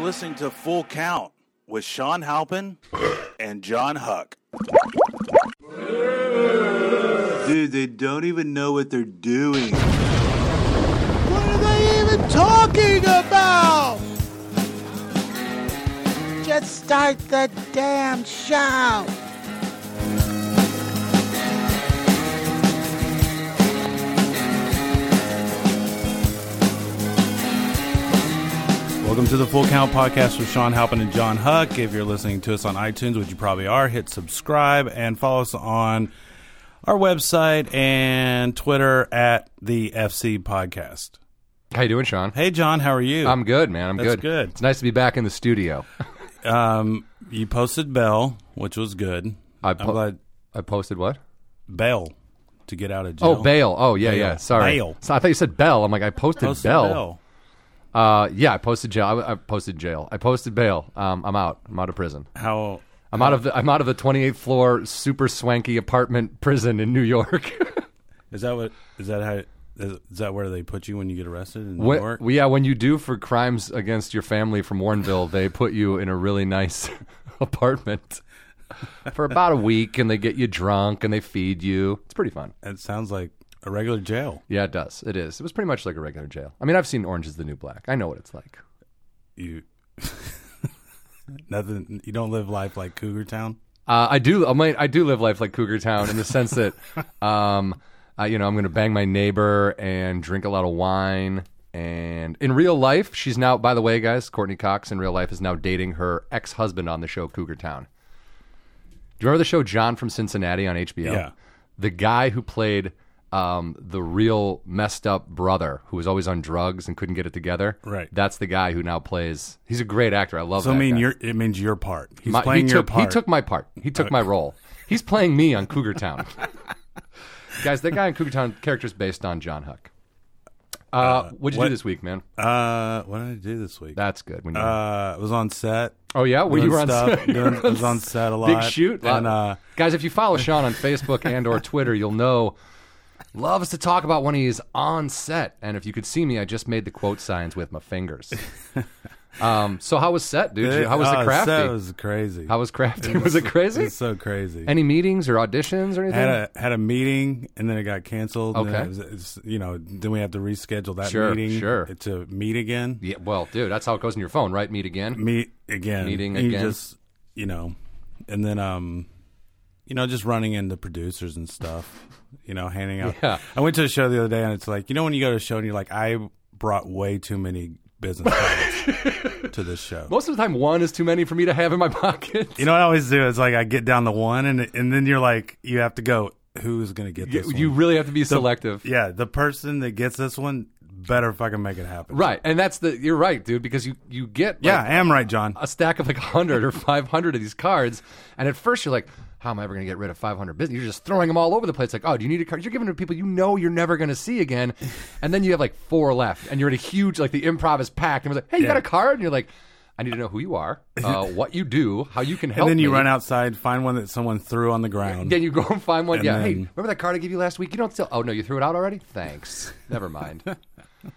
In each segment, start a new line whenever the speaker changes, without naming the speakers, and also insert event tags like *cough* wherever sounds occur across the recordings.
listening to Full Count with Sean Halpin and John Huck. Dude, they don't even know what they're doing. What are they even talking about? Just start the damn show.
Welcome to the Full Count Podcast with Sean Halpin and John Huck. If you're listening to us on iTunes, which you probably are, hit subscribe and follow us on our website and Twitter at the FC Podcast.
How you doing, Sean?
Hey, John, how are you?
I'm good, man. I'm
That's
good.
good.
It's nice to be back in the studio.
Um, you posted Bell, which was good.
I
I'm
po-
glad
*laughs* I posted what?
Bell to get out of jail.
Oh, bail. Oh, yeah, yeah.
Bail.
Sorry.
Bail.
So I thought you said Bell. I'm like, I posted,
Posted
Bell. Uh, yeah, I posted jail. I, I posted jail. I posted bail. Um, I'm out. I'm out of prison.
How
I'm out of the. I'm out of the 28th floor super swanky apartment prison in New York. *laughs*
is that? What is that? How is, is that where they put you when you get arrested in New
When-
York?
yeah, when you do for crimes against your family from Warrenville, they put you in a really nice *laughs* apartment *laughs* for about a week, and they get you drunk and they feed you. It's pretty fun.
That sounds like a regular jail.
Yeah, it does. It is. It was pretty much like a regular jail. I mean, I've seen Orange is the New Black. I know what it's like.
You *laughs* nothing. You don't live life like Cougar Town.
Uh, I do. I, might, I do live life like Cougar Town in the
*laughs*
sense that, um, I, you know, I'm going to bang my neighbor and drink a lot of wine. And in real life, she's now. By the way, guys, Courtney Cox in real life is now dating her ex-husband on the show Cougar Town. Do you remember the show John from Cincinnati on HBO?
Yeah.
The guy who played um, the real messed up brother who was always on drugs and couldn't get it together.
Right.
That's the guy who now plays. He's a great actor. I love.
So I
that
mean,
guy.
your it means your part. He's
My-
playing
he
your
took,
part.
He took my part. He took my role. He's playing me on
*laughs*
Cougar Town. Guys, that guy in Cougar Town character is based on John Huck. Uh, what'd you
what-
do this week, man?
Uh, what did I do this week?
That's good. When you
Uh, I was on set.
oh yeah, well, you
doing
were on
stuff,
*laughs* set. you
doing-
were
I was on set a lot.
Big shoot.
And
Lot-
uh,
Guys, if you follow Sean on Facebook and or Twitter, you'll know loves to talk about when he is on set. And if you could see me, I just made the quote signs with
*laughs*
my fingers. Um, so how was set, dude? how was
uh,
the crafty?
Set was crazy.
how was crafty? *laughs* Was it crazy?
It was so crazy.
Any meetings or auditions or anything?
had a had a meeting and then it got canceled. and then
Okay.
it was- it's- you know, then we have to reschedule that
Sure,
meeting
sure.
to meet again.
Yeah, well, dude, that's how it goes in your phone, right? Meet again.
Meet again.
Meeting
And you
again.
Just you know, and then um, you know, just running into producers and stuff. You know, handing out.
Yeah.
I went to a show the other day and it's like you know when you go to a show and you're like I brought way too many
*laughs*
business cards to this show.
Most of the time, one is too many for me to have in my *laughs* pocket.
You know what I always do is like I get down to one and and then you're like you have to go who's gonna get this
You,
one?
you really have to be selective,
Yeah, the person that gets this one better fucking make it happen.
right? And that's the you're right, dude, because you you get like,
Yeah, I am right, John.
a stack of like hundred or *laughs* five hundred of these cards, and at first you're like, how am I ever going to get rid of five hundred business? You're just throwing them all over the place. Like, oh, do you need a card? You're giving it to people you know you're never going to see
*laughs*
again, and then you have like four left, and you're at a huge like the improv is packed, and was like, hey, you got a card? And you're like. I need to know who you are, uh, what you do, how you can help.
*laughs* and then you
me.
run outside, find one that someone threw on the ground.
Then you go and find one.
And
yeah. hey,
then-
remember that card I gave you last week? You don't still. Oh no, you threw it out already.
*laughs*
Thanks. Never mind.
Uh,
when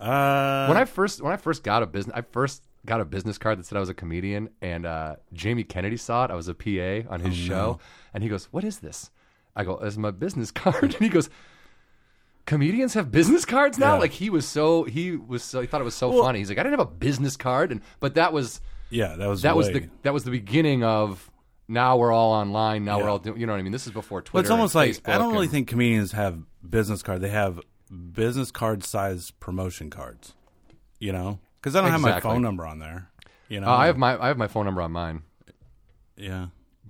I first when I first got a business, I first got a business card that said I was a comedian, and uh, Jamie Kennedy saw it. I was a PA on his
Oh,
show, and he goes, "What is this?" I go, "This is my business *laughs* card," and he goes. Comedians have business cards now.
Yeah.
Like he was so he was so he thought it was so funny. He's like, I didn't have a business card, and but that was
yeah, that was
that was
way-
the that was the beginning of now we're all online. Now we're all doing. You know what I mean? This is before Twitter.
Well, it's almost like
and
I
Facebook
don't really
and-
think comedians have business card. They have business card size promotion cards. You know, because I don't have
Exactly.
my phone number on there. You know,
Uh, I have my I have my phone number on mine,
yeah.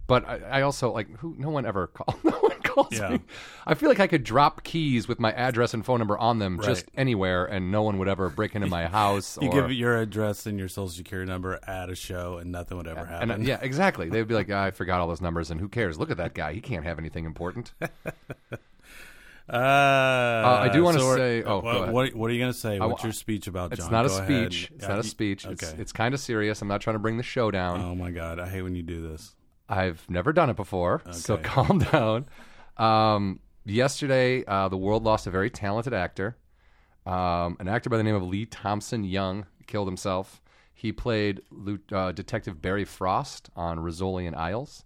but I, I also like who no one ever call *laughs* no one calls
Yeah.
me. I feel like I could drop keys with my address and phone number on them just
Right.
anywhere, and no one would ever break into my house.
*laughs* You
or,
give your address and your social security number at a show, and nothing would ever happen.
and, uh, yeah, exactly. They'd be like, "Ah, I forgot all those numbers, and who cares? Look at that guy; he can't have anything important.
*laughs* Uh,
I do wanna
so we're-
say- oh, go
what,
ahead.
what, what are you going to say? What's
wa-
your speech about?
It's
John?
not a
Go ahead.
speech. It's
Yeah,
not a
you-
speech.
Okay.
It's, it's kind of serious. I'm not trying to bring the show down.
oh my god, I hate when you do this.
I've never done it before, so
Okay.
*laughs* calm down. Um, yesterday, uh, the world lost a very talented actor, um, an actor by the name of Lee Thompson Young, killed himself. He played Lu- uh, Detective Barry Frost on Rizzoli and Isles.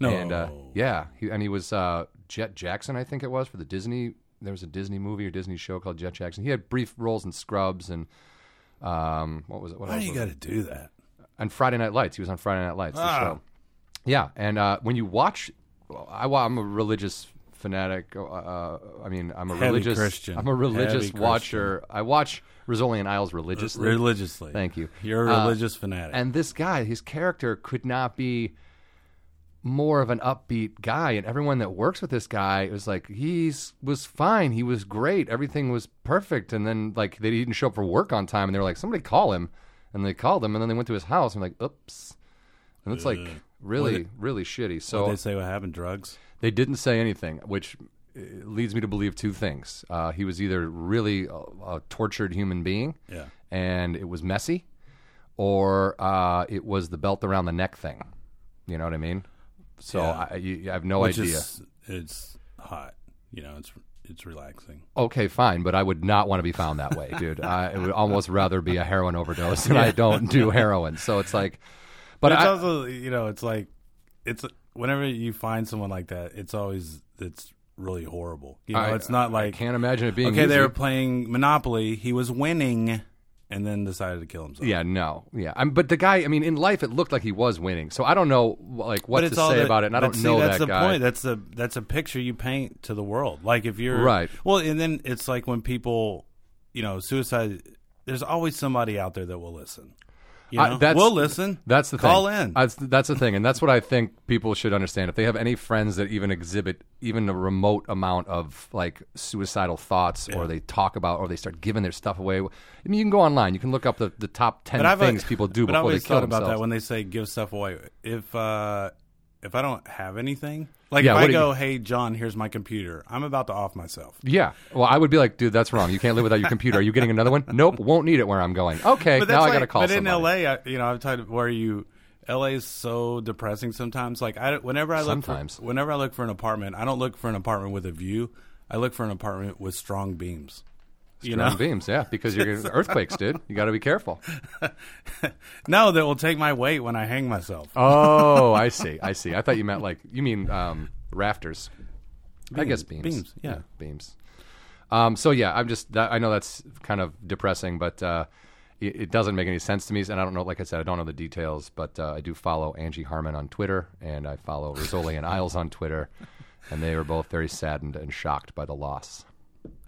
No.
And uh, yeah, he, and he was uh, Jet Jackson, I think it was, for the Disney. There was a Disney movie or Disney show called Jet Jackson. He had brief roles in Scrubs and um, what was it? What
Why
else
do you
was it?
got to do that?
on Friday Night Lights. He was on Friday Night Lights, the
Ah.
show. Yeah, and uh, when you watch, well, I, wa- I'm a religious fanatic. uh, Uh, I mean, I'm a
Heavy
religious
Christian.
I'm a religious
Heavy
watcher. I watch Rizzoli and Isles religiously.
Religiously.
Thank you.
You're a
Uh,
religious fanatic.
and this guy, his character could not be more of an upbeat guy. And everyone that works with this guy is like, he's was fine. He was great. Everything was perfect. And then like they didn't show up for work on time, and they were like, somebody call him. And they called him, and then they went to his house. And like, oops. And it's like really, really shitty. So
they say what happened, drugs.
they didn't say anything, which uh, leads me to believe two things. Uh, he was either really a, a tortured human being,
Yeah.
and it was messy, or uh, it was the belt around the neck thing. You know what I mean? So I, you, I have no
Which
idea.
is, it's hot. You know, it's it's relaxing.
Okay, fine, but I would not want to be found that way, dude. I would almost rather be a heroin overdose, and I don't do heroin. So it's like, but
But it's
I,
also, you know, it's like it's whenever you find someone like that, it's always it's really horrible. You know,
I-
it's not like
can't imagine it being
okay, they
easy.
were playing Monopoly. He was winning, and then decided to kill himself.
Yeah, no, yeah. I'm, but the guy, I mean, in life, it looked like he was winning. So I don't know, like, what
But
to
it's all
say
that-
about it. And I
but
don't
see,
know
that's
that
the
guy.
point. That's the that's a picture you paint to the world. Like if you're
Right.
Well, and then it's like when people, you know, suicide. There's always somebody out there that will listen. You
I-
know?
that's-
we'll listen.
That's the
call
thing.
in.
That's, that's the thing, and that's what I think people should understand. If they have any friends that even exhibit even a remote amount of like suicidal thoughts, or they talk about, or they start giving their stuff away, I mean, you can go online. You can look up the, the top ten things people do
but I
before they
always
kill
thought about that
themselves.
when they say give stuff away. If uh, if I don't have anything, like
Yeah,
if
what
I
do you-
go, hey John, here's my computer. I'm about to off myself.
Yeah. Well, I would be like, dude, that's wrong. You can't live without your computer. Are you
*laughs*
getting another one? Nope. Won't need it where I'm going. Okay.
But
now
that's
I got to
like-
call
But
somebody.
in LA, I, you know, I've talked where you. LA is so depressing sometimes. Like I, whenever I look
Sometimes.
for, whenever I look for an apartment, I don't look for an apartment with a view. I look for an apartment with strong beams. you know, *laughs*
Strong beams, yeah, because you're getting earthquakes, dude. You got to be careful.
no, that will take my weight when I hang myself.
Oh, I see. I see. I thought you meant like you mean um, rafters. I guess beams.
beams, yeah.
beams. Um, so yeah, I'm just. That, I know that's kind of depressing, but uh, it, it doesn't make any sense to me. And I don't know. Like I said, I don't know the details, but uh, I do follow Angie Harmon on Twitter, and I follow Rizzoli and Isles on Twitter, and they were both very saddened and shocked by the loss.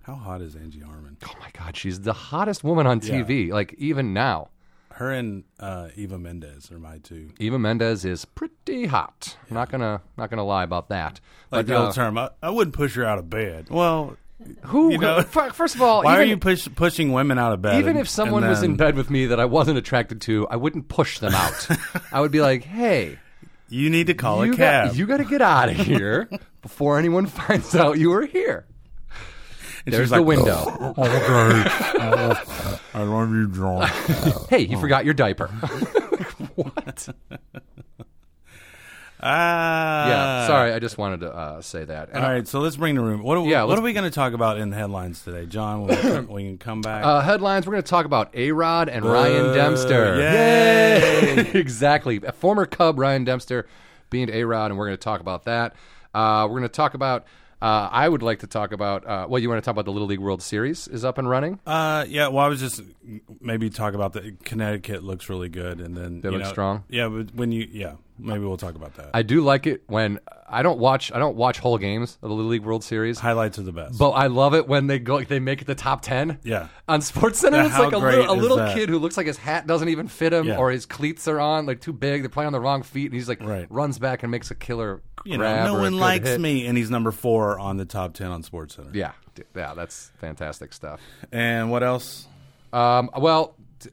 How hot is Angie Harmon?
Oh my God, she's the hottest woman on TV. Like even now,
Her and uh, Eva Mendes are my two.
Eva Mendes is pretty hot. I'm not gonna not gonna lie about that.
Like
But,
the
uh,
old term, I, I wouldn't push her out of bed. Well,
Who?
You know?
*laughs* fir- first of all,
why
even,
are you push, pushing women out of bed?
even
and-
if someone
and
was in
then
bed with me that I wasn't attracted to, I wouldn't push
*laughs*
them out. I would be like, "Hey,
you need to call
you
a cab.
got you got to get out of here before anyone *laughs* finds out you were here."
and she's
There's the
like, *laughs*
window.
Oh,
I love you, John.
hey,
Oh.
you forgot your diaper. *laughs* what?
Ah,
yeah. Sorry, I just wanted to uh, say that. And,
All right, so let's bring the room. What are,
Yeah,
what
let's-
are we going to talk about in the headlines today, John? When we come, when you come back, Uh,
Uh, headlines: We're going to talk about A Rod and Ryan Dempster.
yay.
Yay! *laughs* exactly. A former Cub, Ryan Dempster, being A Rod, and we're going to talk about that. Uh, we're going to talk about. Uh, I would like to talk about. Uh, well, you want to talk about the Little League World Series is up and running.
Uh, yeah. Well, I was just maybe talk about the Connecticut looks really good, and then they
look strong?
Yeah, but when you yeah, maybe we'll talk about that.
I do like it when I don't watch. I don't watch whole games of the Little League World Series.
Highlights are the best.
But I love it when they go, like, they make it the top ten.
Yeah.
On Sports Center,
Now,
it's
how
like a
great
little, a
is
little
that?
kid who looks like his hat doesn't even fit him,
Yeah.
or his cleats are on like too big. They're playing on the wrong feet, and he's like
Right.
runs back and makes a killer
you know,
grab.
no
or a
one
good
likes
hit.
me, and he's number four on the top ten on Sports Center.
Yeah, d- yeah, that's fantastic stuff.
And what else?
Um, well, t-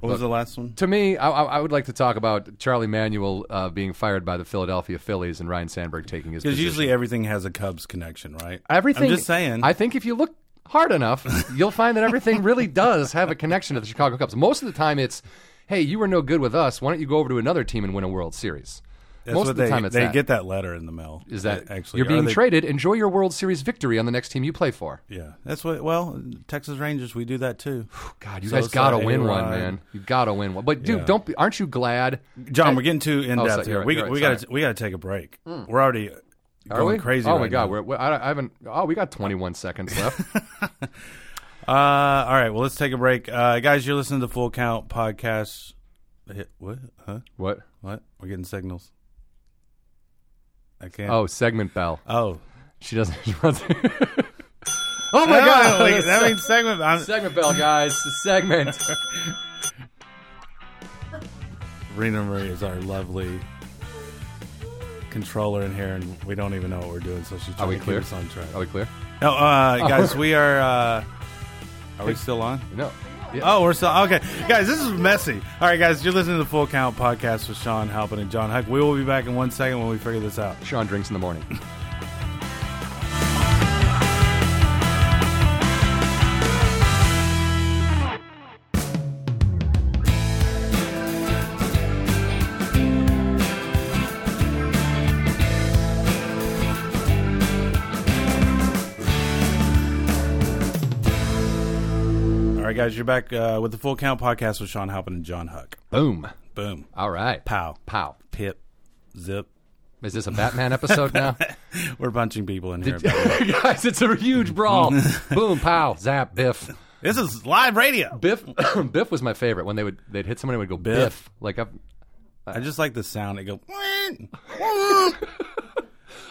What was the last one?
to me, I, I I would like to talk about Charlie Manuel uh, being fired by the Philadelphia Phillies and Ryan Sandberg taking his
Because
position.
usually everything has a Cubs connection, right?
Everything.
I'm just saying.
I think if you look hard enough, you'll find that everything really does have a connection to the Chicago Cubs. Most of the time, it's, hey, you were no good with us. Why don't you go over to another team and win a World Series?
That's
Most
what
of the
they,
time it's
they
that.
get that letter in the mail.
is that
actually
you're
are
being
they-
traded. Enjoy your World Series victory on the next team you play for.
Yeah, that's what. Well, Texas Rangers, we do that
*sighs*
too.
God, you
So
guys
it's
gotta
like
win one,
A-Rod.
man. You gotta win one. But dude,
Yeah.
don't be, aren't you glad?
John, we're getting too in
Oh,
depth
so-
here.
you're right,
we
you're right,
we
sorry.
got we got to take a break. We're already
Are
going
we
crazy.
Oh my
right
God,
now.
we're, we I, I haven't. Oh, we got 21 seconds *laughs* left.
Uh, all right. Well, let's take a break, uh, guys. You're listening to Full Count Podcast. Hit- What? Huh?
what?
What? We're getting signals. I can't.
Oh, segment bell.
oh.
She doesn't. *laughs* She wants oh my God!
like, *laughs* that means segment. I'm,
*laughs* segment bell, guys. The segment.
Rena Marie is our lovely controller in here, and we don't even know what we're doing, so she's trying
we
to
clear?
keep us on track.
Are we clear?
No, uh, *laughs* guys, we are. Uh, are we still on?
No. Yeah.
Oh, we're still okay, guys. This is messy. All right, guys, you're listening to the Full Count podcast with Sean Halpin and John Huck. We will be back in one second when we figure this out.
Sean drinks in the morning.
All right, guys, you're back uh, with the Full Count podcast with Sean Halpin and John Huck.
Boom.
Boom,
All right.
pow,
Pow.
pip, zip.
Is this a Batman episode now?
We're punching people in here.
*laughs* Guys, it's a huge brawl. *laughs* Boom, pow, zap, biff.
this is live radio.
Biff *coughs* Biff was my favorite. When they would they'd hit someone it would go biff.
Biff.
Like I
I just like the sound. It goes.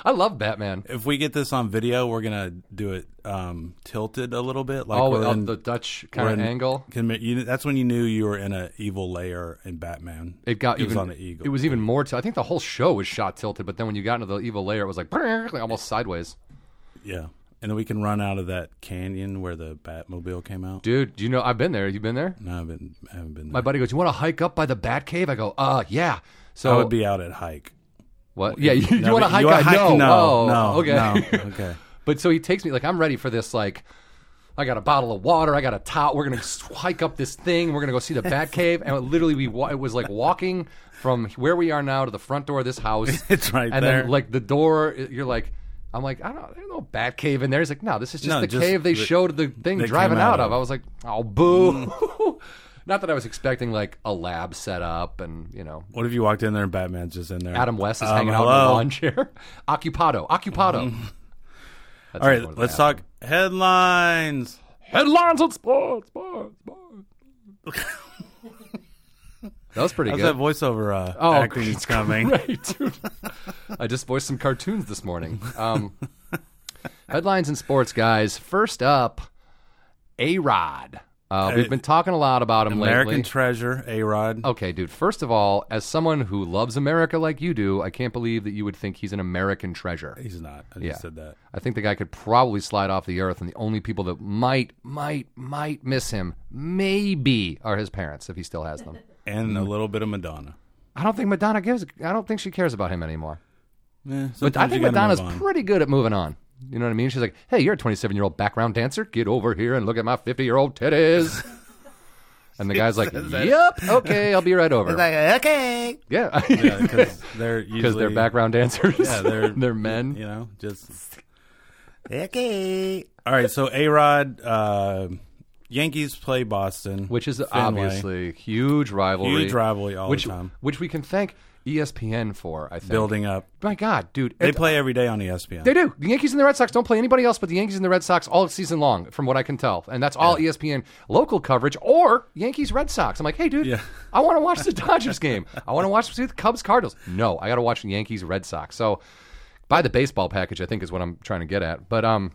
I love Batman.
If we get this on video, we're gonna do it um, tilted a little bit, like
Oh,
we're
with
in-
the Dutch
we're
kind
in-
of angle.
commi- you- that's when you knew you were in an evil layer in Batman.
It got
He
even
was on an eagle.
It was even more t- I think the whole show was shot tilted, but then when you got into the evil layer it was like, *laughs* like almost sideways.
yeah, and then we can run out of that canyon where the Batmobile came out.
Dude, do you know I've been there. You've been there?
no, I haven't, I haven't been there.
My buddy goes, "You want to hike up by the Bat Cave?" I go, "Uh, yeah." So
I would be out at hike.
what? Yeah, you,
No,
you want to
but-
hike?
wanna
I know.
No,
oh,
no,
*laughs* okay.
no, okay.
But so he takes me like I'm ready for this like I got a bottle of water, I got a towel. We're gonna s- hike up this thing. We're gonna go see the
*laughs*
Bat Cave, and it literally we wa- it was like walking from where we are now to the front door of this house.
It's right
and
there.
then like the door, i- you're like, I'm like, I don't, there's no Bat Cave in there. He's like, no, this is just
No,
the
just
cave they
the-
showed the thing
they
driving
came
out
out of.
of.
Mm.
I was like, oh boo. *laughs* Not that I was expecting like a lab set up and you know
What if you walked in there and Batman's just in there?
Adam West is
Um,
hanging out in
hello? Mm.
a lawn chair. *laughs* Occupado, occupado. That's
All
another one
right,
of
let's
that.
talk headlines.
Headlines on sports, sports, sports. that was pretty
How's
good.
that voiceover uh,
Oh,
acting
it's *laughs*
coming?
Great, dude. I just voiced some cartoons this morning. Um, headlines in sports, guys. First up, A Rod. Uh, we've been talking a lot about him
American
lately. Oh.
Treasure, A Rod.
okay, dude. First of all, as someone who loves America like you do, I can't believe that you would think he's an American treasure.
He's not. I just
Yeah.
said that.
I think the guy could probably slide off the earth, and the only people that might, might, might miss him, maybe, are his parents if he still has them.
And
Mm-hmm.
a little bit of Madonna.
I don't think Madonna gives. I don't think she cares about him anymore.
Eh,
But I
sometimes
think
you gotta
Madonna's
move
*laughs*
on.
pretty good at moving on. You know what I mean? She's like, "Hey, you're a 27 year old background dancer. Get over here and look at my 50 year old
*laughs*
titties." and the guy's like, "Yep, okay, I'll be right over."
okay.
yeah, *laughs*
Yeah, because they're
because
usually
they're background dancers.
Yeah, they're
*laughs* they're men.
You know, just
Okay.
all right. So A Rod, uh, Yankees play Boston,
which is
Fenway.
obviously huge rivalry.
Huge rivalry all the
which,
time.
Which we can thank E ESPN for, I think.
building up.
My God, dude.
They
it-
play every day on E ESPN.
they do. The Yankees and the Red Sox don't play anybody else but the Yankees and the Red Sox all season long, from what I can tell. And that's all E ESPN local coverage or Yankees Red Sox. I'm like, hey, dude,
Yeah.
I want to watch the Dodgers game. I want to watch see the Cubs Cardinals. No, I got to watch the Yankees Red Sox. So buy the baseball package, I think, is what I'm trying to get at. But um,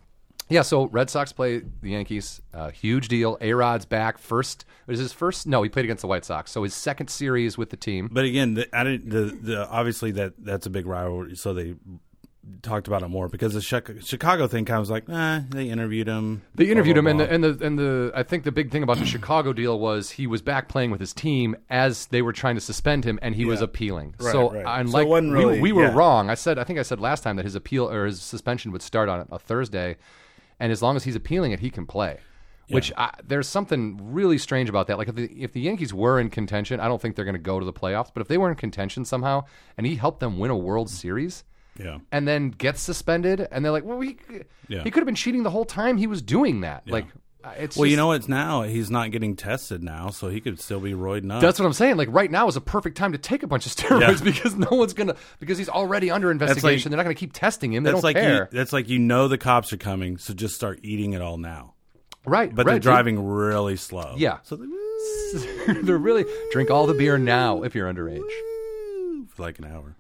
yeah, so Red Sox play the Yankees. Uh, huge deal. A Rod's back. First, it was his first. No, he played against the White Sox. So his second series with the team.
But again, the, I didn't, the, the obviously that that's a big rivalry. So they talked about it more because the Chica- Chicago thing kind of was like, eh, they interviewed him.
They interviewed
blah,
him,
blah,
and
blah.
the, and the and the I think the big
*clears throat*
thing about the Chicago deal was he was back playing with his team as they were trying to suspend him, and he was appealing. so
right.
unlike
So it wasn't
we were-
really-
we, were
yeah.
wrong. I said I think I said last time that his appeal or his suspension would start on a Thursday, and as long as he's appealing it, he can play. Which I, there's something really strange about that. Like if the, if the Yankees were in contention, I don't think they're going to go to the playoffs. But if they were in contention somehow, and he helped them win a World Series,
Yeah.
and then gets suspended, and they're like, well, he
Yeah.
he could have been cheating the whole time he was doing that. Like uh, it's
Well, you
just-
know, it's now he's not getting tested now, so he could still be roiding up.
That's what I'm saying. Like right now is a perfect time to take a bunch of *laughs* steroids because no one's gonna because he's already under investigation. They're not gonna keep testing him. They
that's
don't
like
care.
You, that's like you know the cops are coming, so just start eating it all now.
right,
But
right,
they're
dude.
driving really slow.
Yeah.
so they,
*laughs* they're really drink all the beer now if you're underage.
for like an hour,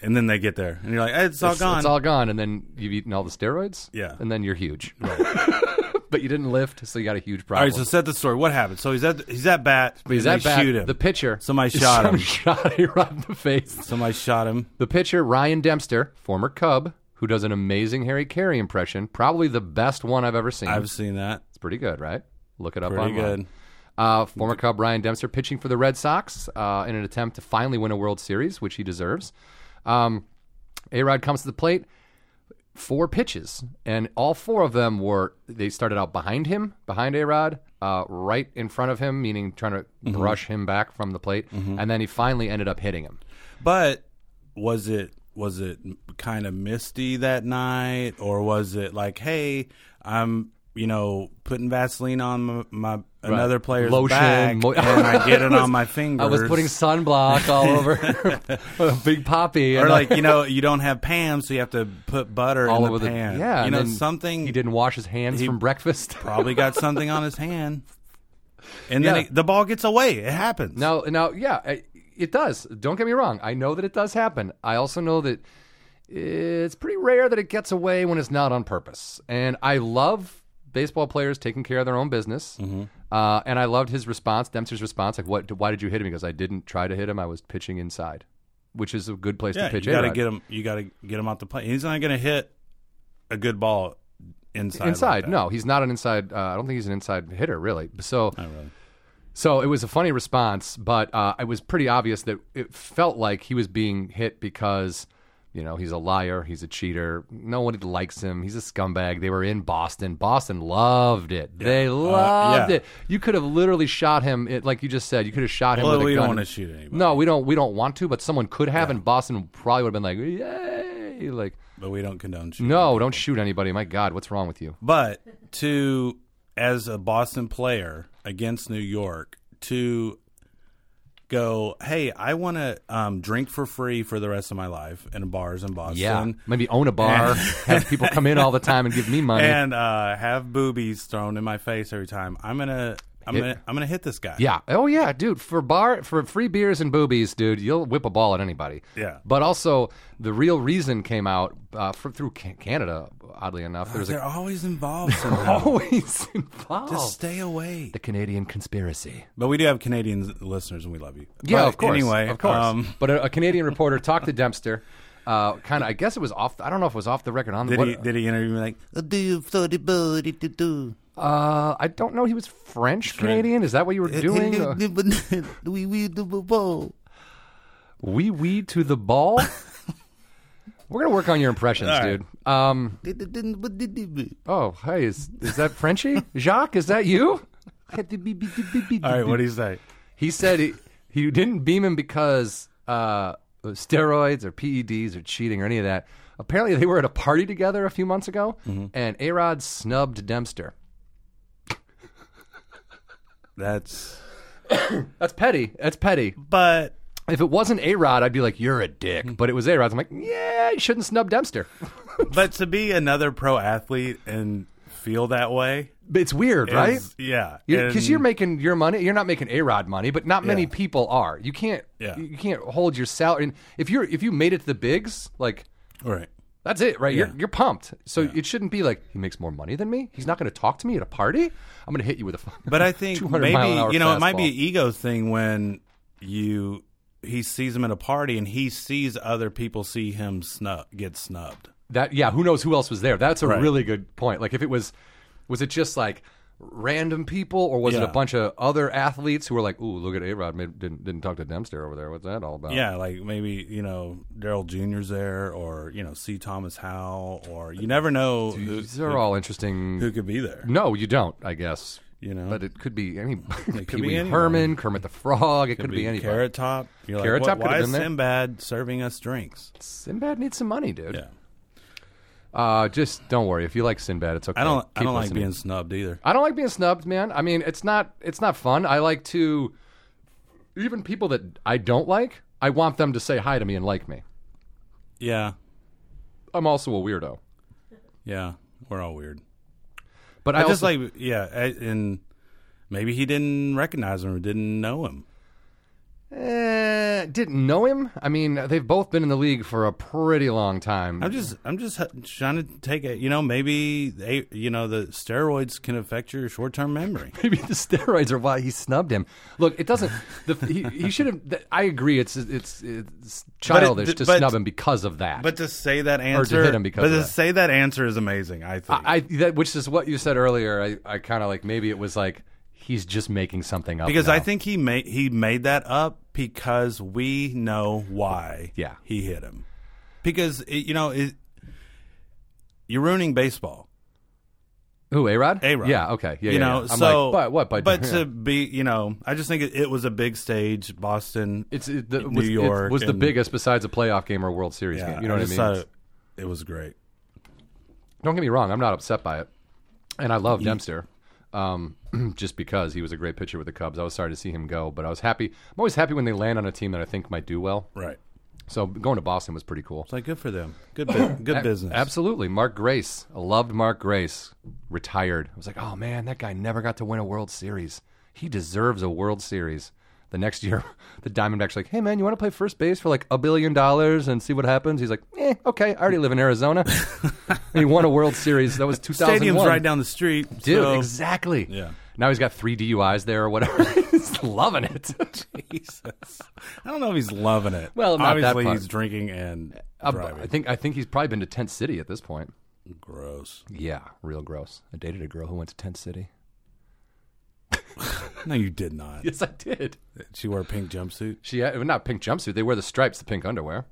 and then they get there, and you're like, "Hey, it's, all
It's-
gone.
It's all gone, and then you've eaten all the steroids.
Yeah.
and then
*laughs*
you're huge. but you didn't lift, so you got a huge
all
problem.
right, so set the story. What happened? So he's at he's at bat.
But he's
and
at
they
bat,
shoot him.
The pitcher.
Somebody shot him.
Somebody *laughs* Shot him right in the face.
Somebody shot him.
The pitcher, Ryan Dempster, former Cub, who does an amazing Harry Carey impression, probably the best one I've ever seen.
I've seen that.
It's pretty good, right? Look it up
Pretty
online.
good.
Uh, former Cub Ryan Dempster pitching for the Red Sox uh, in an attempt to finally win a World Series, which he deserves. Um, a Rod comes to the plate, four pitches, and all four of them were they started out behind him, behind A Rod, uh, right in front of him, meaning trying to
Mm-hmm.
brush him back from the plate, and then he finally ended up hitting him.
But was it was it kind of misty that night, or was it like, hey, I'm you know putting Vaseline on my, my another player's
Lotion,
back,
mo-
and I get it
*laughs*
on my
I
fingers.
was putting
*laughs*
sunblock all over a *laughs* Big Poppy,
Or
and
like you know, you don't have Pam, so you have to put butter
all
in
over
the pan.
yeah,
you
and
know
then
something.
He didn't wash his hands
*laughs*
from breakfast. *laughs*
probably got something on his hand, and then
Yeah.
it- the ball gets away. It happens.
Now, now, yeah, I- it does. Don't get me wrong. I know that it does happen. I also know that it's pretty rare that it gets away when it's not on purpose. And I love baseball players taking care of their own business.
Mm-hmm.
Uh, and I loved his response, Dempster's response. Like, what? Why did you hit him? Because I didn't try to hit him. I was pitching inside, which is a good place
yeah,
to pitch.
you gotta
A-Rod.
get him. You gotta get him out the plate. He's not gonna hit a good ball inside. like
inside.
that.
no, he's not an inside. Uh, I don't think he's an inside hitter, really. So, so it was a funny response, but uh, it was pretty obvious that it felt like he was being hit because, you know, he's a liar, he's a cheater, no one likes him, he's a scumbag. They were in Boston. Boston loved it. They loved
Uh, yeah.
it. You could have literally shot him, it, like you just said. You could have shot him.
Well,
with a
we
gun.
don't want to shoot anybody,
No, we don't. We don't want to, but someone could have, and Boston probably would have been like, "Yay!" Like,
but we don't condone shooting.
no, don't shoot anybody. My God, what's wrong with you?
But to as a Boston player against New York to go, hey, I want to um, drink for free for the rest of my life in bars in Boston.
Yeah, maybe own a bar, *laughs* have people come in all the time and give me money.
And uh, have boobies thrown in my face every time. I'm gonna, I'm gonna, I'm gonna hit this guy.
yeah. Oh yeah, dude. For bar for free beers and boobies, dude, you'll whip a ball at anybody.
Yeah.
But also, the real reason came out uh, fr- through Ca- Canada. Oddly enough, there's
they're
a
always involved. Somehow.
*laughs* always involved.
Just stay away.
the Canadian conspiracy.
But we do have Canadian listeners, and we love you.
Yeah,
But
of course.
Anyway,
of course.
Um,
but a, a Canadian reporter talked to Dempster. Uh, kind of, I guess it was off. I don't know if it was off the record. On the
did
what-
he did he interview me like?
Do you feel the body to do?
uh, I don't know. He was French Canadian. Is that what you were doing? Uh,
*laughs*
We we do the ball.
Wee wee to
*laughs*
the ball. We're gonna work on your impressions,
right.
dude. Um, oh, hey, is is that Frenchie? Jacques, is that you?
All right, what do you say?
He said he, he didn't beam him because uh, steroids or PEDs or cheating or any of that. Apparently, they were at a party together a few months ago,
Mm-hmm.
and Arod snubbed Dempster.
That's
That's petty. That's petty.
but
If it wasn't Arod, I'd be like, "You're a
Mm-hmm.
dick." But it was Arod. I'm like, "Yeah, you shouldn't snub Dempster."
but to be another pro athlete and feel that way,
But it's weird, right?
is- yeah,
because
And
you're making your money. You're not making a rod money, but not many
Yeah.
people are. You can't.
Yeah.
You can't hold your salary. And if you're if you made it to the bigs, like
right.
that's it, right? You're you're pumped. So it shouldn't be like he makes more money than me. He's not going to talk to me at a party. I'm going to hit you with a. fucking *laughs*
But I think
200 mile an hour
maybe you know it might be an
fastball.
ego thing when you he sees him at a party and he sees other people see him snub get snubbed.
That yeah, who knows who else was there? That's a
Right.
really good point. Like if it was was it just like random people, or was it
Yeah.
a bunch of other athletes who were like, "Ooh, look at A Rod didn't didn't talk to Dempster over there. What's that all about?"
Yeah, like maybe you know Daryl Junior's there, or you know C. Thomas Howell, or you never know who,
These are all interesting.
who could be there.
No, you don't. I guess
You know,
Mm-hmm. but it could be any *laughs*
be
Pee Wee
anyone.
Herman, Kermit the Frog. It could, be, anybody.
Carrot Top. You're
Carrot
like,
Top
"Why-
could've
Why
been
is
there."
Sinbad serving us drinks?
Sinbad needs some money, dude.
Yeah,
Uh, just don't worry. If you like Sinbad, it's okay.
I don't.
Keep
I don't like
listening.
being snubbed either.
I don't like being snubbed, man. I mean, it's not it's not fun. I like to even people that I don't like, I want them to say hi to me and like me.
Yeah,
I'm also a weirdo.
yeah, we're all weird.
But I,
I, just
also-
like yeah, I, and maybe he didn't recognize him or didn't know him.
Eh, didn't know him. I mean, they've both been in the league for a pretty long time.
I'm just I'm just h- trying to take it. You know, maybe they, you know the steroids can affect your short term memory.
Maybe the steroids are why he snubbed him. Look, it doesn't. The, he, he should have. th- I agree. It's it's, it's childish to
but-
snub him because of that.
But to say that answer,
hit him because
but
of
to
that.
say that answer is amazing. I think.
I that, which is what you said earlier. I, I kind of like maybe it was like he's just making something up
because
now.
I think he made he made that up because we know why.
Yeah.
he hit him because it, you know it, you're ruining baseball.
Who, A Rod?
A-Rod.
Yeah, okay. Yeah,
you
yeah,
know,
yeah. I'm
so
like, but what? But,
to be, you know, I just think it, it was a big stage, Boston.
*laughs* it's it, the,
New
was, it
York
was the
and-
biggest besides a playoff game or a World Series game. You know what I
just
mean?
thought
It's-
It, it was great.
Don't get me wrong. I'm not upset by it, and I love Dempster, um, *clears throat* just because he was a great pitcher with the Cubs. I was sorry to see him go, but I was happy. I'm always happy when they land on a team that I think might do well.
Right.
So going to Boston was pretty cool.
It's like good for them. Good,
*coughs*
bu- good business.
Absolutely. Mark Grace. I loved Mark Grace. Retired. I was like, oh man, that guy never got to win a World Series. He deserves a World Series. The next year, *laughs* the Diamondbacks are like, hey man, you want to play first base for like a billion dollars and see what happens? He's like, eh, okay, I already live in Arizona. *laughs* and he won a World Series. That was 2001.
Stadium's right down the street,
Dude,
so-
exactly.
Yeah.
Now he's got three DUIs there or whatever. *laughs* he's
*laughs*
loving it.
Jesus. I don't know if he's loving it.
Well, not that
obviously
part.
he's drinking and driving.
Uh, I think I think he's probably been to Tent City at this point.
Gross.
Yeah, real gross. I dated a girl who went to Tent City.
No, you did not.
Yes, I did.
She wore a pink jumpsuit.
She had, not pink jumpsuit. They wear the stripes, the pink underwear.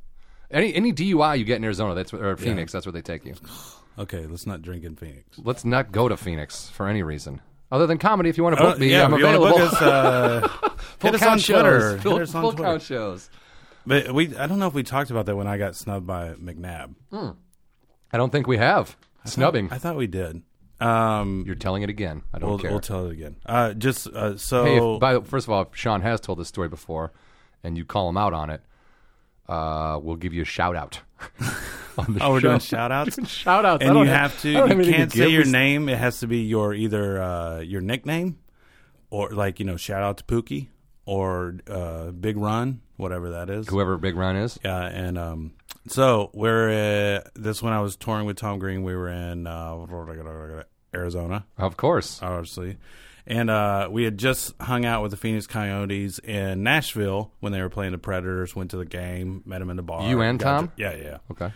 Any any DUI you get in Arizona, that's what- or Phoenix, that's where they take you.
Okay, let's not drink in Phoenix.
Let's not go to Phoenix for any reason other than comedy. If you want to
Oh,
book me,
yeah,
I'm
if you wanna
available.
book us,
*laughs*
uh,
full
hit us
count
on
shows.
Twitter. Hit
Full,
us on
full
Twitter.
count shows.
But we, I don't know if we talked about that when I got snubbed by McNabb.
I don't think we have snubbing.
I thought we did. Um,
You're telling it again. I don't
we'll,
care.
we'll tell it again. Uh, just uh, so
hey, if, by the, first of all, if Sean has told this story before, and you call him out on it, uh, we'll give you a shout out. *laughs* on the
oh, we're
*laughs*
doing
show.
shout outs.
shout outs. I
and
don't
you have to
I don't
you
anything
can't say
give.
your
We-
name it has to be your either uh, your nickname or like you know shout out to pookie or uh, big ron whatever that is
Whoever Big Ron is.
yeah and um, so we're uh, this when i was touring with tom green we were in uh, arizona
Of course.
Oh. obviously and uh, we had just hung out with the phoenix coyotes in nashville when they were playing the predators went to the game met him in the bar
You and
Got
Tom?
to- yeah yeah
Okay.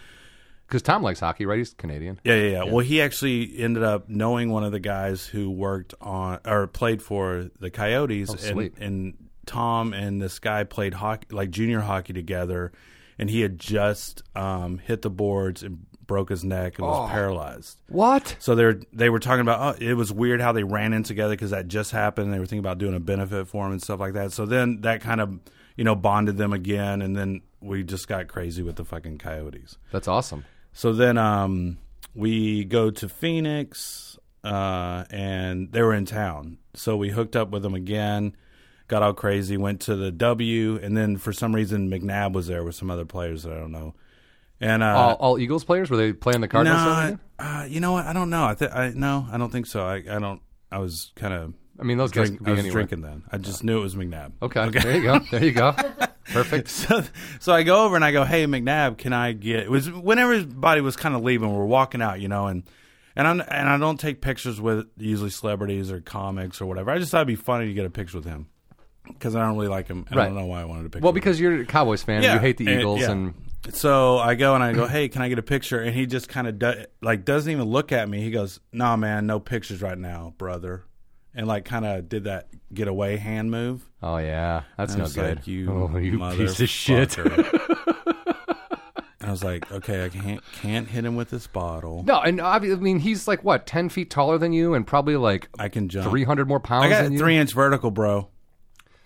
Because Tom likes hockey, right? He's Canadian.
Yeah, yeah, yeah. Well, he actually ended up knowing one of the guys who worked on or played for the Coyotes, and,
sweet.
and Tom and this guy played hockey, like junior hockey together, and he had just um, hit the boards and broke his neck and was paralyzed.
What?
So they were, they were talking about oh, it was weird how they ran in together because that just happened. They were thinking about doing a benefit for him and stuff like that. So then that kind of you know bonded them again, and then we just got crazy with the fucking Coyotes.
That's awesome.
So then um, we go to Phoenix, uh, and they were in town. So we hooked up with them again, got all crazy, went to the W, and then for some reason McNabb was there with some other players that I don't know. And
All,
uh,
all Eagles players? Were they playing the Cardinals?
no,
that weekend?
uh, you know what? I don't know. I, th- I no, I don't think so. I, I don't. I was kind of.
I mean, those guys
Drink,
could
I
be
was
anywhere.
drinking then. I just knew it was McNabb.
Okay. There you go. There
*laughs*
you go. Perfect.
So, so I go over and I go, "Hey, McNabb, can I get?" It was whenever everybody was kind of leaving, we're walking out, you know, and and I and I don't take pictures with usually celebrities or comics or whatever. I just thought it'd be funny to get a picture with him because I don't really like him. and I
Right.
don't know why I wanted a picture.
Well,
with him.
because you're a Cowboys fan, and you hate the
and-
Eagles,
yeah.
and
so I go and I go, "Hey, can I get a picture?" And he just kind of do, like doesn't even look at me. He goes, "Nah, man, no pictures right now, brother." and like kind of did that getaway hand move.
Oh yeah, that's
I
no
was
good.
like, you,
oh, you piece of shit.
motherfucker. *laughs* I was like, okay, I can't can't hit him with this bottle.
No, and obviously, I mean, he's like what, ten feet taller than you, and probably like
I can jump.
three hundred more pounds
I got
than you.
three inch vertical, bro.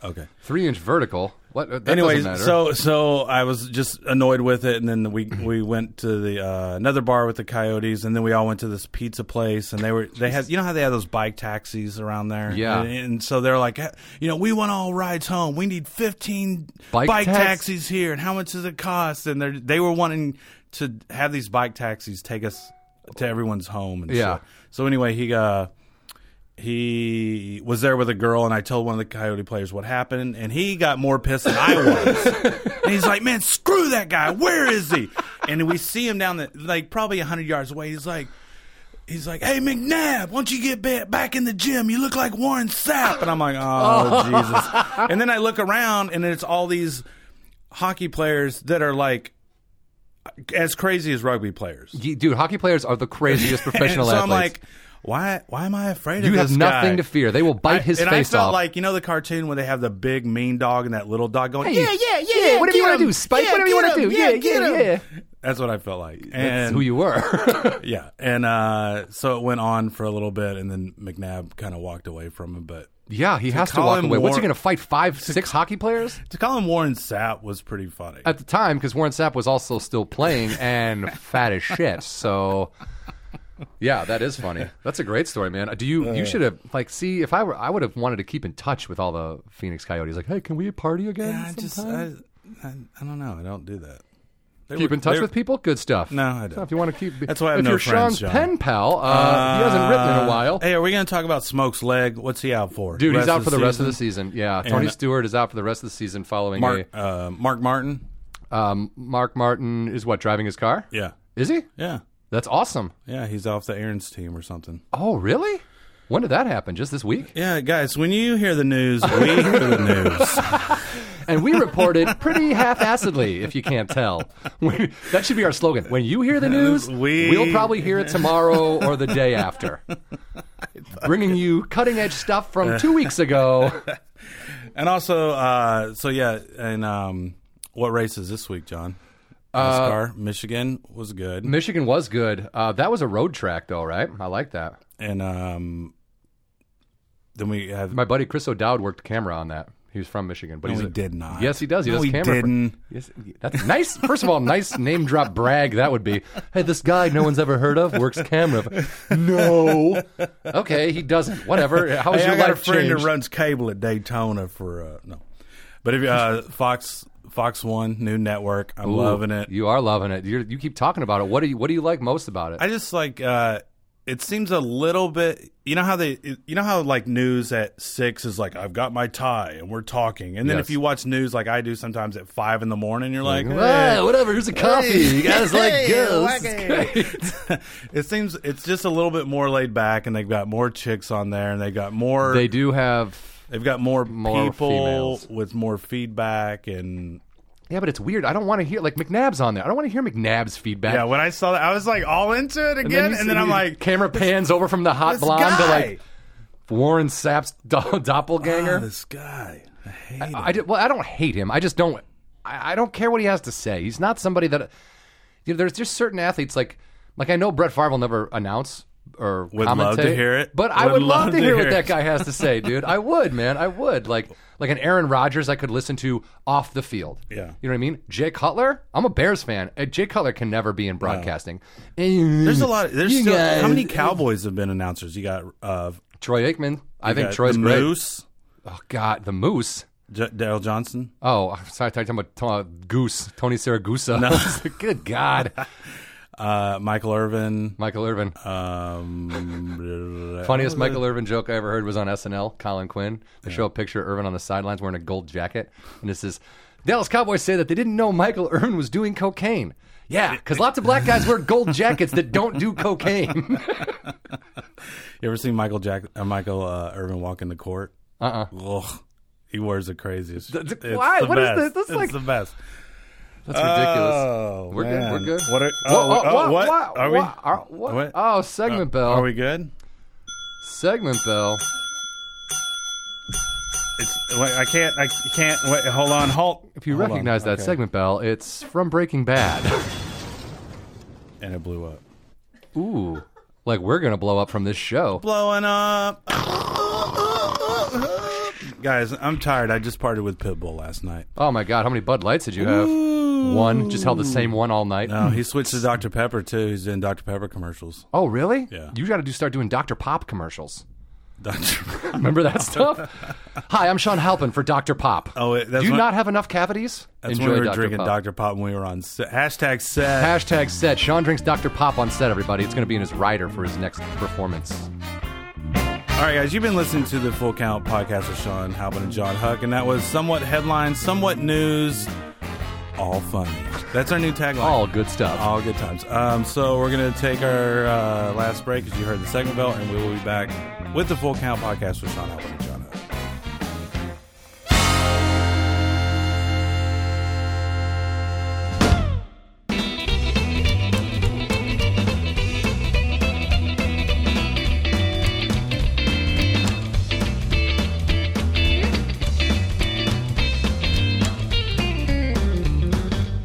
Okay.
Three inch vertical. What? That doesn't
Anyways,
matter.
so so I was just annoyed with it, and then we we went to the uh, another bar with the coyotes, and then we all went to this pizza place, and they were they had you know how they had those bike taxis around there,
Yeah.
and, and so they're like, "Eh, you know, we want all rides home. We need fifteen
Bike
bike,
tax-
taxis here, and how much does it cost? And they they were wanting to have these bike taxis take us to everyone's home, and
Yeah.
shit. So anyway, he uh, he was there with a girl, and I told one of the Coyote players what happened, and he got more pissed than I was. and he's like, "Man, screw that guy. Where is he?" And we see him down the like probably hundred yards away. He's like. He's like, "Hey McNabb, why don't you get ba- back in the gym? You look like Warren Sapp." And I'm like, "Oh Jesus!" And then I look around, and it's all these hockey players that are like as crazy as rugby players.
Y- dude, hockey players are the
*laughs*
craziest professional
so
athletes.
I'm like, why? Why am I afraid of
you
this
have nothing
guy?
to fear. They will
I-
bite his
and
face
I felt
off.
like you know the cartoon where they have the big mean dog and that little dog going,
Hey,
yeah, yeah,
yeah,
yeah,
whatever you
get
wanna
him.
do, Spike,
Yeah,
whatever you
get
wanna
him.
do. Yeah,
get
yeah,
him."
yeah.
That's what I felt like, and
That's who you were. *laughs*
yeah, and uh, so it went on for a little bit, and then McNabb kind of walked away from him. But
yeah, he has to
call
walk
him
away. What's he
Warren-
going to fight? Five, six hockey players
to call him Warren Sapp was pretty funny.
at the time because Warren Sapp was also still playing and fat as shit. So. Yeah, that is funny. That's a great story, man. Do you you should have like see if I were I would have wanted to keep in touch with all the Phoenix Coyotes. Like, hey, can we party again?
yeah, I just,
sometime?"
I, I, I don't know. I don't do that. They
keep
were-
in touch
they-
with people. Good stuff.
No, I
So
don't.
if you want to keep,
That's why I have
if
no
you're
friends,
Sean's
John. Uh,
pen pal, uh, he hasn't written in a while.
Hey, are we going to talk about Smoke's leg? What's he out for?
Dude,
Rest
he's out
of
for the rest of the season. Yeah, Tony Stewart is out for the rest of the season following
Mark, uh, Mark Martin.
a um, Mark Martin is what driving his car.
Yeah,
Is he?
yeah,
That's awesome.
yeah. He's off the Aaron's team or something.
Oh, really? When did that happen? Just this week?
Yeah, guys. When you hear the news, we hear
*laughs*
the news.
And we reported pretty half-assedly, if you can't tell. *laughs* We- that should be our slogan. When you hear the news,
We-
will probably hear it tomorrow or the day after. Bringing you cutting-edge stuff from two weeks ago.
And also, uh, so yeah. And um, what race is this week, John?
Uh,
NASCAR, Michigan was good,
Michigan was good. Uh, that was a road track, though, right? I like that.
and um, then we have.
My buddy Chris O'Dowd worked camera on that. He was from Michigan, but
no,
he's
we
a-
did not.
Yes, he does. He
no,
does
we
camera. for-
didn't.
Yes, that's nice. First of all, nice name drop brag that would be. Hey, this guy no one's ever heard of works camera. No. Okay, he doesn't. Whatever. How was
Hey,
your
I got a
life
friend
changed?
that runs cable at Daytona for uh, no, but if uh, Fox Fox One new network, I'm
Ooh,
loving it.
You are loving it. You're, you keep talking about it. What do you What do you like most about it?
I just like uh, it seems a little bit. You know how they, you know how like news at six is like I've got my tie and we're talking, and then
Yes.
if you watch news like I do sometimes at five in the morning, you're like, eh.
Wow, whatever. Here's a coffee. you guys like ghosts.
*laughs* it seems it's just a little bit more laid back, and they've got more chicks on there, and they've got more.
They do have
have got more,
More
people
females.
with more feedback and
Yeah, but it's weird. I don't want to hear like McNabb's on there. I don't want to hear McNabb's feedback.
Yeah, when I saw that, I was like all into it again, and
you
then,
see-
I'm like,
camera pans over from the hot
this
blonde
guy,
to like Warren Sapp's do- *laughs* doppelganger.
Oh, this guy, I hate him.
I ju- well, I don't hate him. I just don't. I, I don't care what he has to say. He's not somebody that. You know, there's just certain athletes like like I know Brett Favre will never announce or
Would
commentate,
love to hear it.
But I
Would
would love,
love
to
to
hear what
hear
that
it.
guy has
*laughs*
to say, dude. I would, man. I would like like an Aaron Rodgers I could listen to off the field.
Yeah.
you know what I mean. Jay Cutler, I'm a Bears fan. Uh, Jay Cutler can never be in broadcasting.
There's a lot. There's
You
still,
guys-
how many Cowboys have been announcers? You got uh,
Troy Aikman, I think
got
Troy's
the
great.
Moose,
Oh God, the Moose.
J- Dale Johnson.
Oh, I'm sorry, I'm talking about uh, Goose, Tony Saragusa. *laughs* Good God,
Uh, Michael Irvin.
Michael Irvin.
Uh, Um, *laughs*
Funniest Michael Irvin joke I ever heard was on SNL. Colin Quinn. They show a picture of Irvin on the sidelines wearing a gold jacket, and this is Dallas Cowboys say that they didn't know Michael Irvin was doing cocaine. Yeah, because lots of black guys wear gold jackets that don't do cocaine. *laughs*
You ever seen Michael Jack? Uh, Michael uh, Irvin walk into court?
Uh-uh.
Ugh, he wears the craziest.
th-
it's
why?
The
What is
best.
this? This is
It's
like-
the best.
That's ridiculous.
Oh,
We're good,
man.
we're good.
What? Are,
Whoa,
oh,
whoa,
oh,
whoa,
what?
whoa,
Are we?
whoa, are- what?
What? Uh,
Oh, segment bell.
Are we good?
Segment bell.
It's, wait, I can't. I can't. Wait, hold on. Halt.
If you recognize that segment, Bell, it's from
*laughs*
Breaking Bad.
And it blew up.
Ooh, like we're gonna blow up from this show.
Blowing up. Guys, I'm tired. I just parted with Pitbull last night.
Oh my God, how many Bud Lights did you have? One. Just held the same one all night.
No, he switched to Dr. Pepper too. He's in Dr. Pepper commercials.
Oh really?
Yeah.
You got to do start doing Dr. Pop commercials.
*laughs* Dr.
Remember
*laughs*
that stuff? Hi, I'm Sean Halpin for Dr. Pop.
Oh, wait, that's
do you
when-
not have enough cavities?
That's
Enjoy
when we were
Dr.
drinking
Pop.
Dr. Pop when we were on set. Hashtag set.
Hashtag set. Sean drinks Dr. Pop on set, everybody. It's going to be in his rider for his next performance.
All right, guys, you've been listening to the Full Count podcast with Sean Halpin and John Huck, and that was somewhat headlines, somewhat news, all funny. That's our new tagline.
All good stuff.
All good times. Um, so we're gonna take our uh, last break because you heard the segment bell, and we will be back with the Full Count podcast with Sean Halpin and John Huck.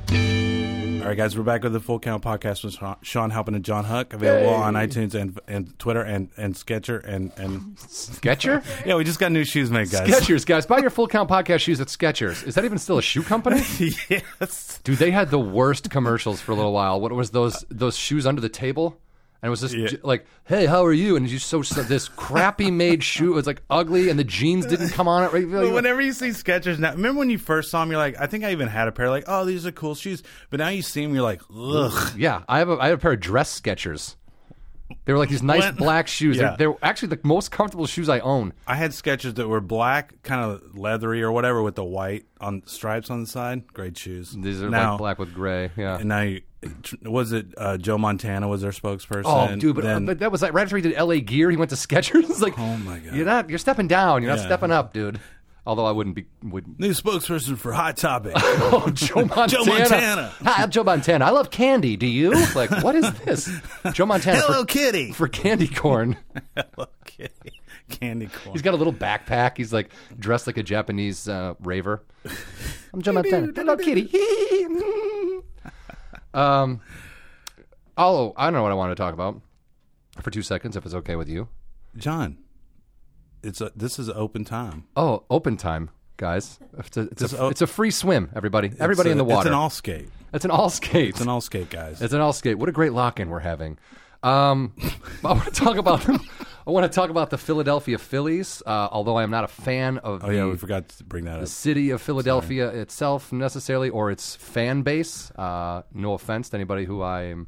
All right, guys, we're back with the Full Count podcast with Sean- Sean Halpin and John Huck, available on iTunes and and Twitter and and Sketcher and and
Sketcher?
*laughs* yeah, we just got new shoes made, guys.
Skechers, guys. Buy your full count podcast shoes at Skechers. Is that even still a shoe company?
*laughs* yes,
Dude, they had the worst commercials for a little while. What was those those shoes under the table? And it was just
Yeah.
j- like, "Hey, how are you?" And you so, so this crappy made shoe. It was like ugly, and the jeans didn't come on it right.
But whenever you see Skechers now, remember when you first saw them, you're like, I think I even had a pair. Like, oh, these are cool shoes. But now you see them, you're like, ugh.
Yeah, I have a, I have a pair of dress Skechers. They were like these nice
What?
black shoes.
Yeah.
They're, they're actually the most comfortable shoes I own.
I had Skechers that were black, kind of leathery or whatever, with the white on stripes on the side. Great shoes.
These are
now,
like black with gray. Yeah.
And now, you, tr- was it uh, Joe Montana was their spokesperson?
Oh, dude, but,
Then-
but that was like right after he did L.A. Gear. He went to *laughs* Skechers. It's like,
Oh, my God.
you're not you're stepping down. You're not
Yeah.
stepping up, dude. Although I wouldn't be would
new spokesperson for Hot Topic.
*laughs* oh Joe Montana.
Montana.
Hi, I'm Joe Montana. I love candy. Do you like what is this? Joe Montana
Hello *laughs*
for,
Kitty.
*laughs* for candy corn.
Hello Kitty. Candy corn.
He's got a little backpack. He's like dressed like a Japanese uh, raver. I'm
*laughs*
Joe Montana. Hello, kitty. *laughs* um, oh, I don't know what I want to talk about for two seconds, if it's okay with you.
John, it's a, this is open time.
Oh, open time, guys. It's a, it's
It's
a,
o-
it's a free swim, everybody. Everybody
It's
in
a-
the water.
It's an all skate.
It's an all skate.
It's an all skate, guys.
It's an all skate. What a great lock in we're having. Um, I want to talk about I want to talk about the Philadelphia Phillies. Uh, although I am not a fan of
oh
the
yeah, we forgot to bring that up.
city of Philadelphia itself necessarily, or its fan base. Uh, no offense to anybody who I am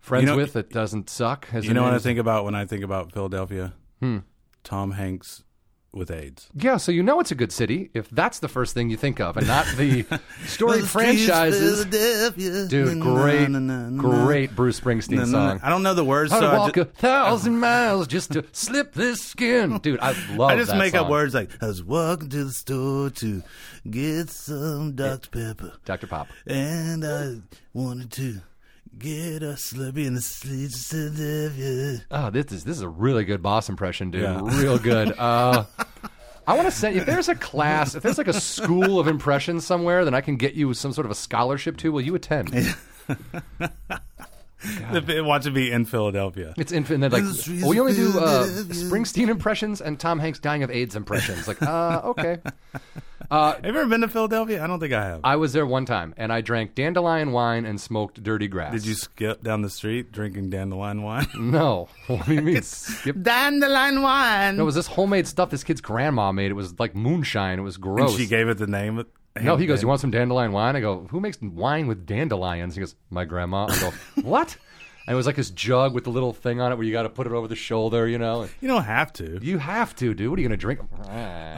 friends
You know-
with that doesn't suck. as
You
an
know what I
industry.
think about when I think about Philadelphia?
Hmm.
Tom Hanks with AIDS.
Yeah, so you know it's a good city if that's the first thing you think of, and not
*laughs*
the story franchises. Dude, great, great Bruce Springsteen song.
I don't know the words,
How
so
to
I
walk
ju-
a thousand miles just to slip
*laughs*
this skin, dude. I love.
I just
that
make up
song.
words like I was walking to the store to get some Dr. Pepper.
Dr. Pop.
And I wanted to get a Slurpee in the sleeves to live you.
Oh, this is this is a really good boss impression, dude.
Yeah.
Real good.
*laughs*
Uh, I want to say if there's a class, if there's like a school of impressions somewhere, then I can get you some sort of a scholarship to. Will you attend?
It wants to be in
*laughs*
Philadelphia.
It's infinite. Like well, we only do uh, Springsteen impressions and Tom Hanks dying of AIDS impressions.
*laughs*
Like, uh, okay.
Have you ever been to Philadelphia? I don't think I have.
I was there one time and I drank dandelion wine and smoked dirty grass.
Did you skip down the street drinking dandelion wine?
No. *laughs* What do
*laughs*
you mean? skip?
dandelion wine.
No, it was this homemade stuff this kid's grandma made. It was like moonshine. It was
and
gross.
she gave it the name.
No, he goes, You want some dandelion wine? I go, Who makes wine with dandelions? He goes, My grandma. I
*laughs*
go, What? And it was like this jug with the little thing on it where you got to put it over the shoulder, you know? And
You don't have to.
you have to, dude. What are you going to drink?
All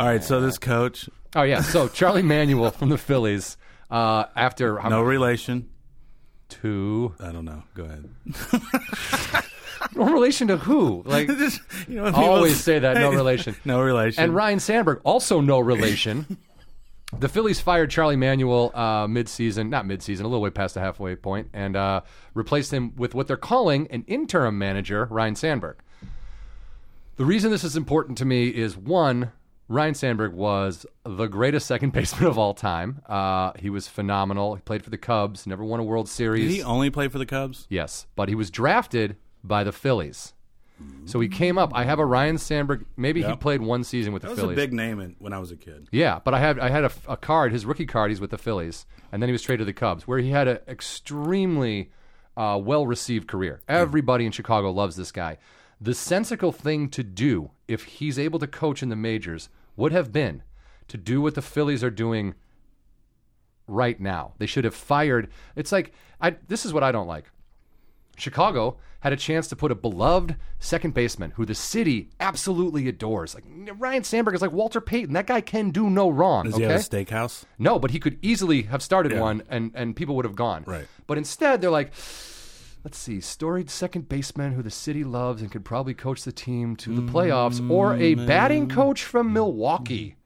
right, so this coach,
Oh, yeah. So, Charlie Manuel from the Phillies, uh, after how
no relation.
two.
I don't know. Go *laughs* ahead.
No relation to who? Like,
Just, you know, people-
always say that,
*laughs*
no relation.
no relation.
And Ryan Sandberg, also no relation. *laughs* the Phillies fired Charlie Manuel uh, midseason, not midseason, a little way past the halfway point, and uh, replaced him with what they're calling an interim manager, Ryan Sandberg. The reason this is important to me is one, Ryan Sandberg was the greatest second *laughs* baseman of all time. Uh, he was phenomenal. He played for the Cubs, never won a World Series.
Did he only play for the Cubs?
yes, but he was drafted by the Phillies. So he came up. I have a Ryan Sandberg. Maybe he
Yep.
played one season with
That
the
was
Phillies.
a big name in, when I was a kid.
Yeah, but I had I had a, a card, his rookie card. He's with the Phillies, and then he was traded to the Cubs, where he had an extremely uh, well received career. Everybody in Chicago loves this guy. The sensical thing to do, if he's able to coach in the majors, would have been to do what the Phillies are doing right now. They should have fired. It's like I, this is what I don't like. Chicago had a chance to put a beloved second baseman who the city absolutely adores. Like Ryan Sandberg is like Walter Payton. That guy can do no wrong.
Does
okay?
he have a steakhouse?
No, but he could easily have started one and, and people would have gone.
Right.
But instead, they're like, let's see, storied second baseman who the city loves and could probably coach the team to the playoffs, or a batting coach from Milwaukee.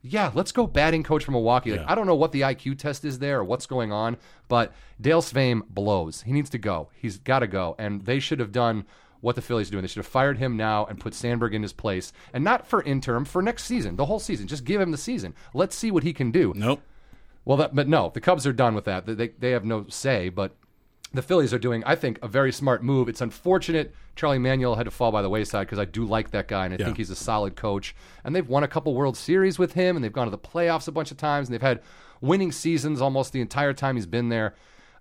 Yeah, let's go batting coach from Milwaukee. Like, I don't know what the IQ test is there or what's going on, but Dale Svame blows. He needs to go. He's got to go. And they should have done what the Phillies are doing. They should have fired him now and put Sandberg in his place. And not for interim, for next season, the whole season. Just give him the season. Let's see what he can do.
Nope.
Well, that, but no, the Cubs are done with that. They, they have no say, but the Phillies are doing, I think, a very smart move. It's unfortunate Charlie Manuel had to fall by the wayside because I do like that guy and I think he's a solid coach. And they've won a couple World Series with him and they've gone to the playoffs a bunch of times and they've had winning seasons almost the entire time he's been there.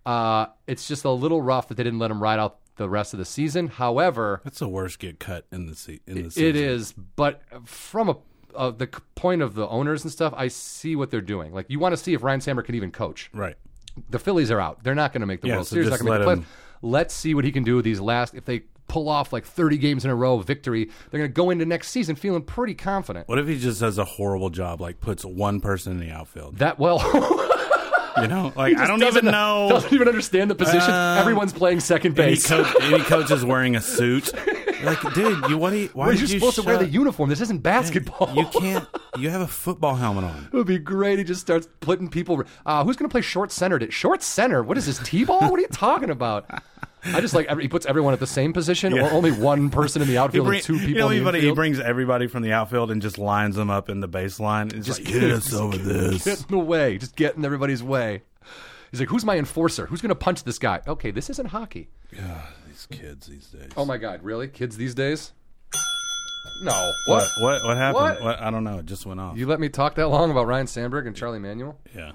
Uh, it's just a little rough that they didn't let him ride out the rest of the season. However,
That's the worst get cut in the se- in the
it
season.
is, but from a uh, the c- point of the owners and stuff, I see what they're doing. Like you want to see if Ryan Sammer can even coach
Right.
the Phillies are out. They're not going to make the
Yeah,
World
so
Series. They're
just
not going to
let
make the playoffs. Let's see what he can do with these last. If they pull off like 30 games in a row victory, they're going to go into next season feeling pretty confident.
What if he just does a horrible job, like puts one person in the outfield?
That well, *laughs*
You know, like I don't even
doesn't-
know.
Doesn't even understand the position.
Um,
Everyone's playing second
Any
base.
coach, any coach is wearing a suit. Like, dude, you what? Are you, why
You're
did you
supposed to wear the
shut-
uniform. This isn't basketball.
You can't. You have a football helmet on.
*laughs* It would be great. He just starts putting people. Uh, who's going to play short center? Did short center? What is this t-ball? what are you talking about? I just like every, he puts everyone at the
*laughs*
same position, or only one person in the outfield
Bring-
and two people
you know,
in the
everybody- he
infield.
brings everybody from the outfield and just lines them up in the baseline. It's just like, get us over
get
this.
in the way. Just get in everybody's way. He's like, who's my enforcer? Who's going to punch this guy? Okay, this isn't hockey.
These kids these days.
Oh my God, really? Kids these days? No. What?
What? What? What happened?
What?
What? I don't know. It just went off.
You let me talk that long about Ryan Sandberg and Charlie Manuel?
yeah.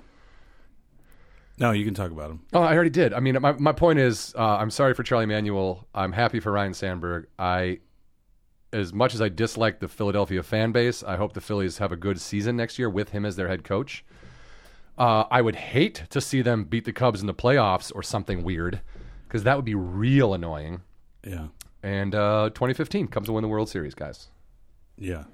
No, you can talk about him.
Oh, I already did. I mean, my, my point is, uh, I'm sorry for Charlie Manuel. I'm happy for Ryan Sandberg. I, as much as I dislike the Philadelphia fan base, I hope the Phillies have a good season next year with him as their head coach. Uh, I would hate to see them beat the Cubs in the playoffs or something weird, because that would be real annoying.
Yeah.
And uh, 2015 comes to win the World Series, guys.
Yeah.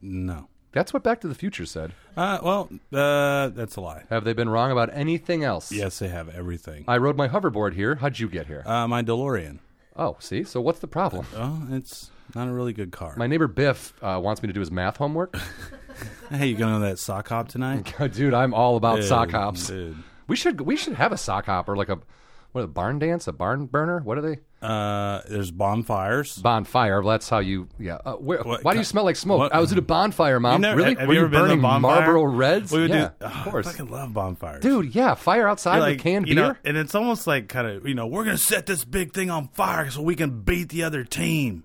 No.
That's what Back to the Future said.
Uh, well, uh, that's a lie.
Have they been wrong about anything else?
Yes, they have everything.
I rode my hoverboard here. How'd you get here?
Uh, my DeLorean.
oh, see. So what's the problem?
Oh, it's not a really good car.
My neighbor Biff uh, wants me to do his math homework. *laughs*
hey, you going to that sock hop tonight?
dude, I'm all about sock
Dude,
hops.
Dude.
We should we should have a sock hop or like a what a barn dance, a barn burner. What are they?
Uh, there's bonfires.
Bonfire. Well, that's how you. Yeah. Uh, where,
What
why do
ki-
you smell like smoke?
what-
I was at a bonfire, mom.
You never-
really?
Have you
Were
ever been to a
burning
bonfire?
Marlboro Reds?
We would
yeah,
do.
of
oh, I
course.
fucking love bonfires,
Dude, yeah, fire outside
You're
with canned
you
beer.
know, and it's almost like kind of you know we're gonna set this big thing on fire so we can beat the other team.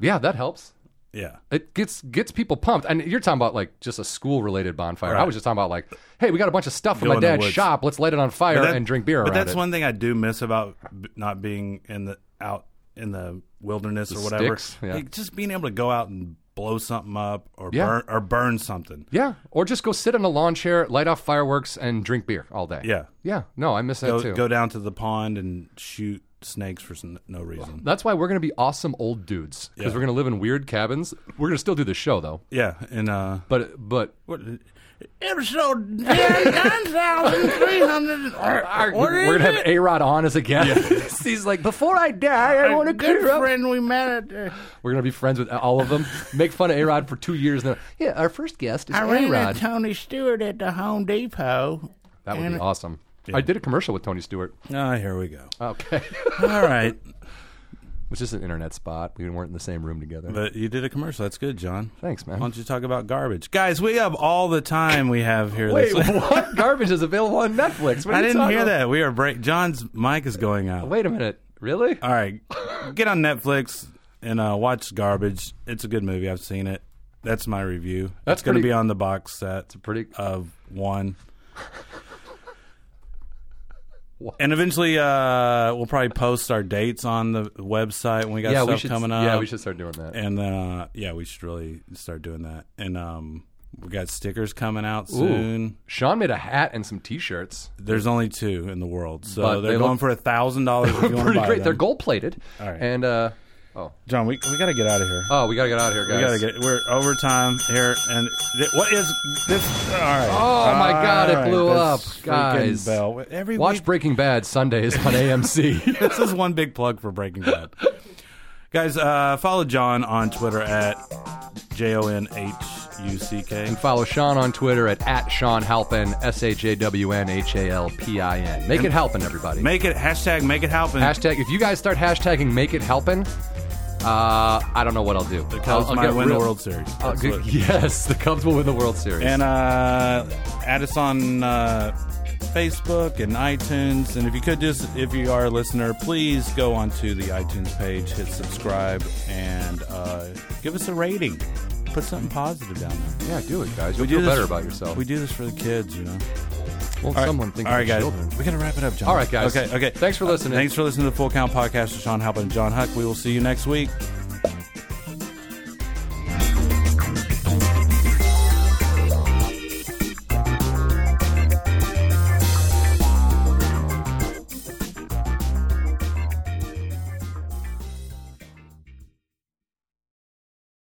yeah, that helps.
Yeah,
It gets gets people pumped. And you're talking about like just a school related bonfire. I was just talking about like, hey, we got a bunch of stuff from
Go
my
in the
dad's
woods.
shop. Let's light it on fire
That-
and drink beer
But
around
that's
it.
one thing I do miss about b- not being in the out in the wilderness or whatever.
sticks, yeah.
Like, just being able to go out and blow something up or
Yeah.
burn or burn something.
Yeah, or just go sit in a lawn chair, light off fireworks, and drink beer all day.
Yeah.
yeah. No, I miss that
Go,
too.
go down to the pond and shoot snakes for some, no reason.
That's why we're gonna be awesome old dudes because
Yeah.
we're gonna live in weird cabins. We're gonna still do the show though,
Yeah, and uh,
but but
what, episode
*laughs*
nine thousand three hundred.
we're gonna have A Rod on as a guest. *laughs* He's like, before I die, I want to clear up.
friend we met
uh,
at.
We're gonna be friends with all of them. Make fun of A Rod for two years. And then, yeah, our first guest is A Rod.
Tony Stewart at the Home Depot.
That would be awesome. I did a commercial with Tony Stewart. *laughs*
Ah, here we go.
Okay.
All right.
was just an internet spot. We weren't in the same room together.
But you did a commercial. That's good, John.
Thanks, man.
Why don't you talk about garbage, guys? We have all the time we have here.
Wait,
this week.
what? Garbage is available on Netflix. What are
I
you
didn't
talking
hear
about?
that. We are break. John's mic is going out.
Wait a minute. Really?
All right, get on Netflix and uh, watch Garbage. It's a good movie. I've seen it. That's my review.
That's
it's going to
pretty-
be on the box set
Pretty.
of one.
What?
And eventually, uh, we'll probably post our dates on the website when we got
yeah,
stuff
we should.
coming up.
Yeah, we should start doing that.
And then, uh, yeah, we should really start doing that. And um, we got stickers coming out
Ooh.
soon.
Sean made a hat and some T-shirts.
There's only two in the world, so
But
they're
they
going
look-
for a thousand dollars. If
*laughs*
you want to
Pretty
buy
great. They're
them.
gold plated. All
right.
And uh, oh,
John, we we gotta get out of here.
oh, we gotta get out of here, guys.
we gotta get. We're overtime here, and th- what is this? All right.
Oh, my God, it blew up,
this freaking
guys.
Bell. Every
Watch
week-
Breaking Bad Sundays
*laughs*
on AMC.
this is one big plug for Breaking Bad. Guys, uh, follow John on Twitter at J O N H U C K.
and follow Sean on Twitter at, at Sean Halpin, S H A W N H A L P I N. Make it Halpin, everybody.
Make it hashtag make it happen.
Hashtag, if you guys start hashtagging Make It Helpin', uh, I don't know what I'll do.
the Cubs
I'll, I'll
might
get
win
real-
the World Series.
I'll
That's
get-
what-
Uh, *laughs* yes, the Cubs will win the World Series.
And uh, add us on uh, Facebook and iTunes. And if you could just, if you are a listener, please go onto the iTunes page, hit subscribe, and uh, give us a rating. Put something positive down there.
yeah, do it, guys. You'll
do
feel
this-
better about yourself.
We do this for the kids, you know.
Won't someone think
All
of
right,
the
guys.
children?
We got to wrap it up, John.
All right, guys.
Okay, Uh, okay.
Thanks for listening.
Thanks for listening to the Full Count Podcast with Sean Halpin and John Huck. We will see you next week.